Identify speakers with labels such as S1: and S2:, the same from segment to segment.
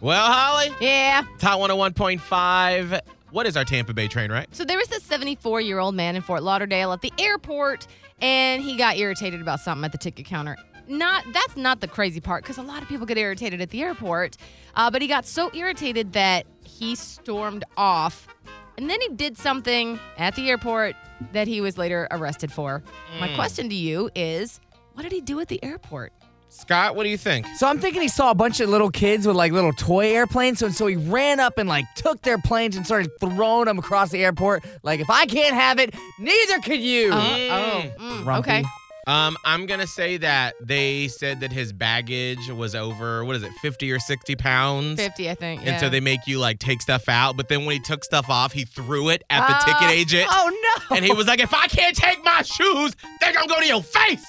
S1: Well, Holly,
S2: Yeah.
S1: Top 101.5. What is our Tampa Bay train, right?
S2: So there was this 74 year old man in Fort Lauderdale at the airport, and he got irritated about something at the ticket counter. Not that's not the crazy part because a lot of people get irritated at the airport, uh, but he got so irritated that he stormed off, and then he did something at the airport that he was later arrested for.
S1: Mm.
S2: My question to you is, what did he do at the airport?
S1: Scott, what do you think?
S3: So I'm thinking he saw a bunch of little kids with like little toy airplanes. So, so he ran up and like took their planes and started throwing them across the airport. Like, if I can't have it, neither could you.
S2: Oh, mm, okay.
S3: Grumpy.
S1: Um, I'm gonna say that they said that his baggage was over what is it, 50 or 60 pounds,
S2: 50, I think.
S1: and so
S2: yeah.
S1: they make you like take stuff out. But then when he took stuff off, he threw it at
S2: Uh,
S1: the
S3: Ah.
S1: ticket agent,
S3: Oh, no.
S1: and he was like, "If I can't take my shoes, they're gonna go to your face."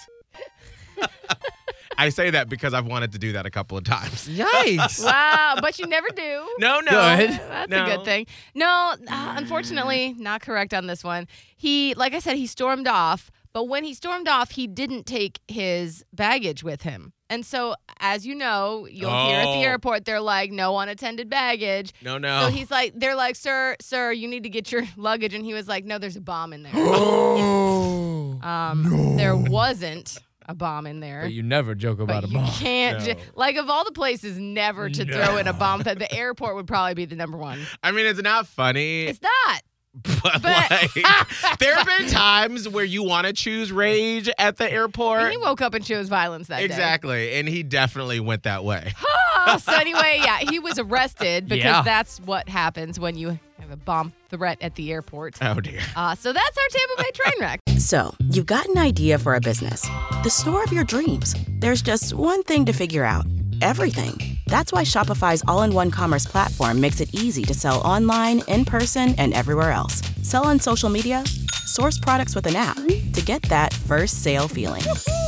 S1: I say that because I've wanted to do that a couple of times.
S3: Yikes.
S2: Wow, but you never do.
S1: No, no,
S3: Good.
S2: That's
S1: No.
S2: a good thing. No, uh, unfortunately, not correct on this one. He, like I said, he stormed off, but when he stormed off, he didn't take his baggage with him. And so, as you know, you'll hear at
S1: Oh.
S2: the airport, they're like, no unattended baggage.
S1: no, no.
S2: So he's like, they're like, sir, sir, you need to get your luggage. And he was like, no, there's a bomb in there.
S3: Oh.
S2: Um, There wasn't a bomb in there.
S3: But you never joke about
S2: But
S3: a
S2: you
S3: bomb.
S2: can't, ju-
S1: No.
S2: like, of all the places, never to throw in a bomb. That the airport would probably be the number one.
S1: I mean, it's not funny.
S2: It's not.
S1: But,
S2: But-
S1: like, there have been times where you want to choose rage at the
S2: And
S1: airport.
S2: he woke up and chose violence that day.
S1: exactly, and he definitely went that way.
S2: Oh, so anyway, yeah, he was arrested because
S3: Yeah.
S2: that's what happens when you have a bomb threat at the airport.
S1: Oh dear.
S2: Uh, so that's our Tampa Bay train wreck.
S4: So, you've got an idea for a business, the store of your dreams. There's just one thing to figure out everything. That's why Shopify's all in one commerce platform makes it easy to sell online, in person, and everywhere else. Sell on social media, source products with an app to get that first sale feeling.